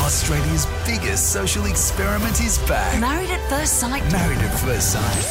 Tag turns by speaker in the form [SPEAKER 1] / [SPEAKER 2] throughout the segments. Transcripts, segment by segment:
[SPEAKER 1] Australia's biggest social experiment is back.
[SPEAKER 2] Married at First Sight.
[SPEAKER 1] Married at First Sight.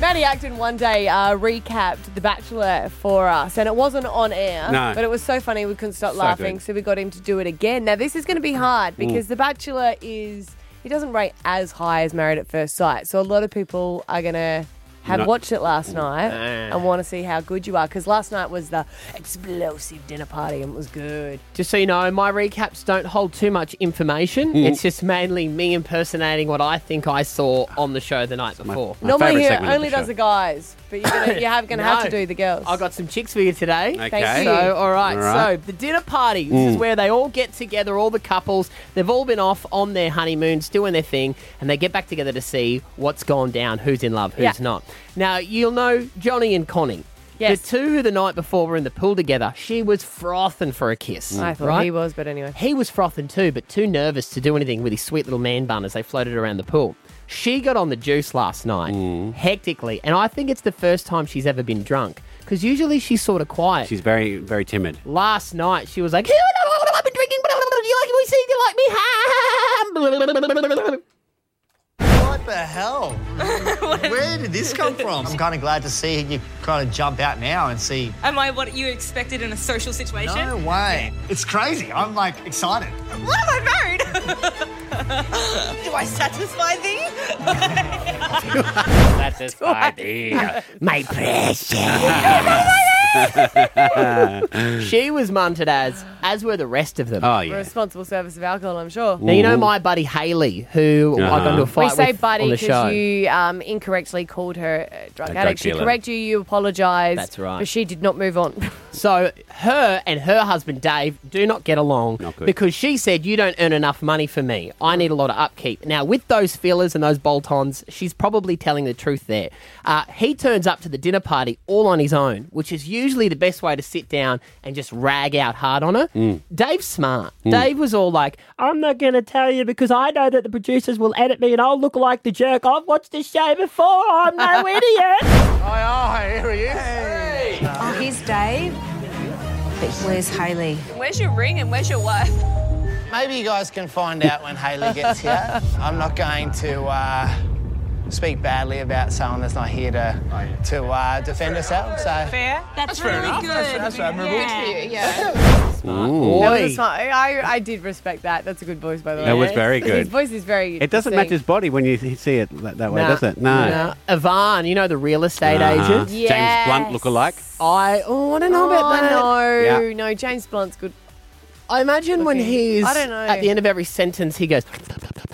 [SPEAKER 3] Maddie Acton one day uh, recapped The Bachelor for us, and it wasn't on air,
[SPEAKER 4] No.
[SPEAKER 3] but it was so funny we couldn't stop
[SPEAKER 4] So
[SPEAKER 3] laughing,
[SPEAKER 4] good.
[SPEAKER 3] so we got him to do it again. Now this is going to be hard because The Bachelor is he doesn't rate as high as Married at First Sight, so a lot of people are going to have
[SPEAKER 4] No. Ah.
[SPEAKER 3] watched it last night and want to see how good you are because last night was the explosive dinner party and it was good.
[SPEAKER 5] Just so you know, my recaps don't hold too much information.
[SPEAKER 4] Hmm.
[SPEAKER 5] It's just mainly me impersonating what I think I saw on the show the night before.
[SPEAKER 4] My
[SPEAKER 3] Normally
[SPEAKER 4] favourite
[SPEAKER 3] he
[SPEAKER 4] segment of
[SPEAKER 3] only
[SPEAKER 4] the
[SPEAKER 3] does
[SPEAKER 4] show.
[SPEAKER 3] the guys, but you're gonna, you have going to have to
[SPEAKER 5] No.
[SPEAKER 3] do the girls.
[SPEAKER 5] I got some chicks for you today.
[SPEAKER 4] Okay.
[SPEAKER 3] Thank you.
[SPEAKER 5] So, all right,
[SPEAKER 4] All right. Hmm.
[SPEAKER 5] So, the dinner party. This is where they all get together, all the couples. They've all been off on their honeymoons, doing their thing, and they get back together to see what's gone down, who's in love, who's
[SPEAKER 3] Yeah.
[SPEAKER 5] not. Now, you'll know Johnny and Connie.
[SPEAKER 3] Yes.
[SPEAKER 5] The two who the night before were in the pool together, she was frothing for a kiss.
[SPEAKER 3] I thought
[SPEAKER 5] right?
[SPEAKER 3] he was, but anyway.
[SPEAKER 5] He was frothing too, but too nervous to do anything with his sweet little man bun as they floated around the pool. She got on the juice last night, hectically, and I think it's the first time she's ever been drunk. Because usually she's sort of quiet.
[SPEAKER 4] She's very, very timid.
[SPEAKER 5] Last night she was like, I've been drinking, but you like me, see, you like me, ha."
[SPEAKER 6] What the hell? Where did this come from? I'm kind of glad to see you kind of jump out now and see.
[SPEAKER 7] Am I what you expected in a social situation?
[SPEAKER 6] No way. It's crazy. I'm like excited.
[SPEAKER 7] What am I married? Do I satisfy thee?
[SPEAKER 5] That's just idea. My precious. she was munted as, as were the rest of them.
[SPEAKER 4] Oh,
[SPEAKER 3] for
[SPEAKER 4] yeah.
[SPEAKER 3] responsible service of alcohol, I'm sure.
[SPEAKER 5] Now you know my buddy Haley, who I got into a
[SPEAKER 3] We
[SPEAKER 5] fight
[SPEAKER 3] say
[SPEAKER 5] with on
[SPEAKER 3] buddy
[SPEAKER 5] the show.
[SPEAKER 3] because you um, incorrectly called her a drug
[SPEAKER 4] A drug
[SPEAKER 3] addict. she
[SPEAKER 4] dealer.
[SPEAKER 3] corrected you, you apologised.
[SPEAKER 5] That's right.
[SPEAKER 3] But she did not move on.
[SPEAKER 5] So her and her husband Dave do not get along
[SPEAKER 4] Not good.
[SPEAKER 5] because she said you don't earn enough money for me. I need a lot of upkeep. Now with those fillers and those bolt-ons, she's probably telling the truth there. Uh, he turns up to the dinner party all on his own, which is usually the best way to sit down and just rag out hard on her.
[SPEAKER 4] Mm.
[SPEAKER 5] Dave's smart. Dave was all like, "I'm not going to tell you because I know that the producers will edit me and I'll look like the jerk. I've watched this show before. I'm no idiot."
[SPEAKER 8] Oh, here's Dave. But where's Haley?
[SPEAKER 7] Where's your ring and where's your wife?
[SPEAKER 6] Maybe you guys can find out when Haley gets here. I'm not going to uh, speak badly about someone that's not here to to uh, defend herself. So.
[SPEAKER 7] Fair. That's, really good. That's, admirable.
[SPEAKER 3] That
[SPEAKER 5] Boy.
[SPEAKER 3] was fine. I, I did respect that. That's a good voice, by the way.
[SPEAKER 4] That was very
[SPEAKER 3] His
[SPEAKER 4] good.
[SPEAKER 3] voice is very.
[SPEAKER 4] It doesn't match
[SPEAKER 3] distinct.
[SPEAKER 4] his body when you see it that, that way,
[SPEAKER 5] Nah.
[SPEAKER 4] does it? No.
[SPEAKER 5] Nah. Ivan, you know the real estate
[SPEAKER 4] Uh-huh.
[SPEAKER 5] agent.
[SPEAKER 3] Yes.
[SPEAKER 4] James Blunt lookalike.
[SPEAKER 5] I oh, I don't know
[SPEAKER 3] Oh,
[SPEAKER 5] about that.
[SPEAKER 3] no,
[SPEAKER 4] Yeah.
[SPEAKER 3] no. James Blunt's good.
[SPEAKER 5] I imagine when
[SPEAKER 3] Looking-
[SPEAKER 5] he's
[SPEAKER 3] I don't know.
[SPEAKER 5] at the end of every sentence, he goes.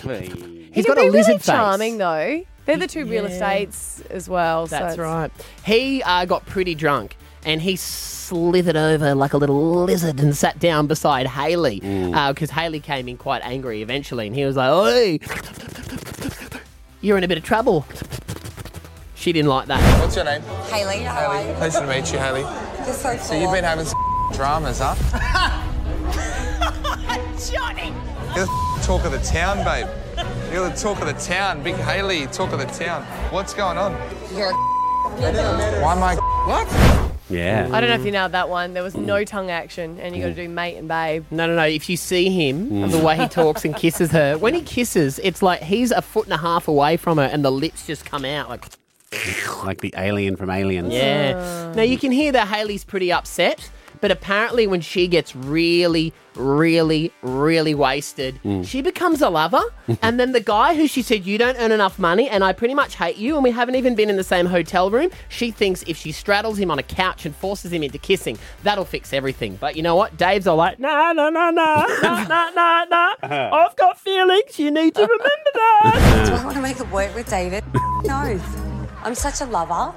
[SPEAKER 3] He
[SPEAKER 5] He's got
[SPEAKER 3] can be
[SPEAKER 5] a lizard
[SPEAKER 3] really
[SPEAKER 5] face.
[SPEAKER 3] charming though. They're the two real estates as well. so
[SPEAKER 5] That's
[SPEAKER 3] it's-
[SPEAKER 5] right. He uh, got pretty drunk and he slithered over like a little lizard and sat down beside Haley because Haley came in quite angry eventually and he was like, "Oi, you're in a bit of trouble." She didn't like that.
[SPEAKER 9] What's your name?
[SPEAKER 8] Haley, how are you?
[SPEAKER 9] Pleasure to meet you, Haley.
[SPEAKER 8] Just so,
[SPEAKER 9] So you've been having some dramas, huh? Johnny! You're the talk of the town, babe. You're the talk of the town. Big Haley, talk of the town. What's going on?
[SPEAKER 8] You're a
[SPEAKER 9] Why am I what?
[SPEAKER 4] Yeah.
[SPEAKER 3] I don't know if you nailed that one. There was no tongue action, and you got to do mate and babe.
[SPEAKER 5] No, no, no. If you see him, the way he talks and kisses her, when he kisses, it's like he's a foot and a half away from her, and the lips just come out like.
[SPEAKER 4] Like the alien from Aliens.
[SPEAKER 5] Yeah. Now you can hear that Haley's pretty upset, but apparently when she gets really, really, really wasted, she becomes a lover. and then the guy who she said, You don't earn enough money and I pretty much hate you and we haven't even been in the same hotel room, she thinks if she straddles him on a couch and forces him into kissing, that'll fix everything. But you know what? Dave's all like, No, no, no, no, no, no, no, no. I've got feelings. You need to remember that.
[SPEAKER 8] Do I want to make it work with David? no. I'm such a lover.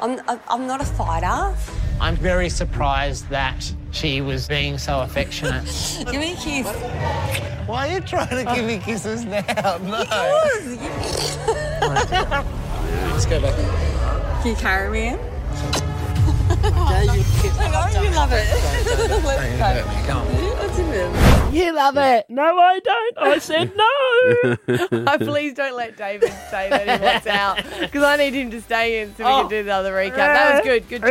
[SPEAKER 8] I'm, I'm- I'm not a fighter.
[SPEAKER 6] I'm very surprised that she was being so affectionate.
[SPEAKER 8] Give me a kiss.
[SPEAKER 6] Why are you trying to give me kisses now? No.
[SPEAKER 8] Can you carry me in? I know you love it. Let's go. Let's do it.
[SPEAKER 5] You love it. No, I don't. I said no.
[SPEAKER 3] Oh, please don't let David say that he wants out because I need him to stay in so we can do the other recap. That was good. Good job.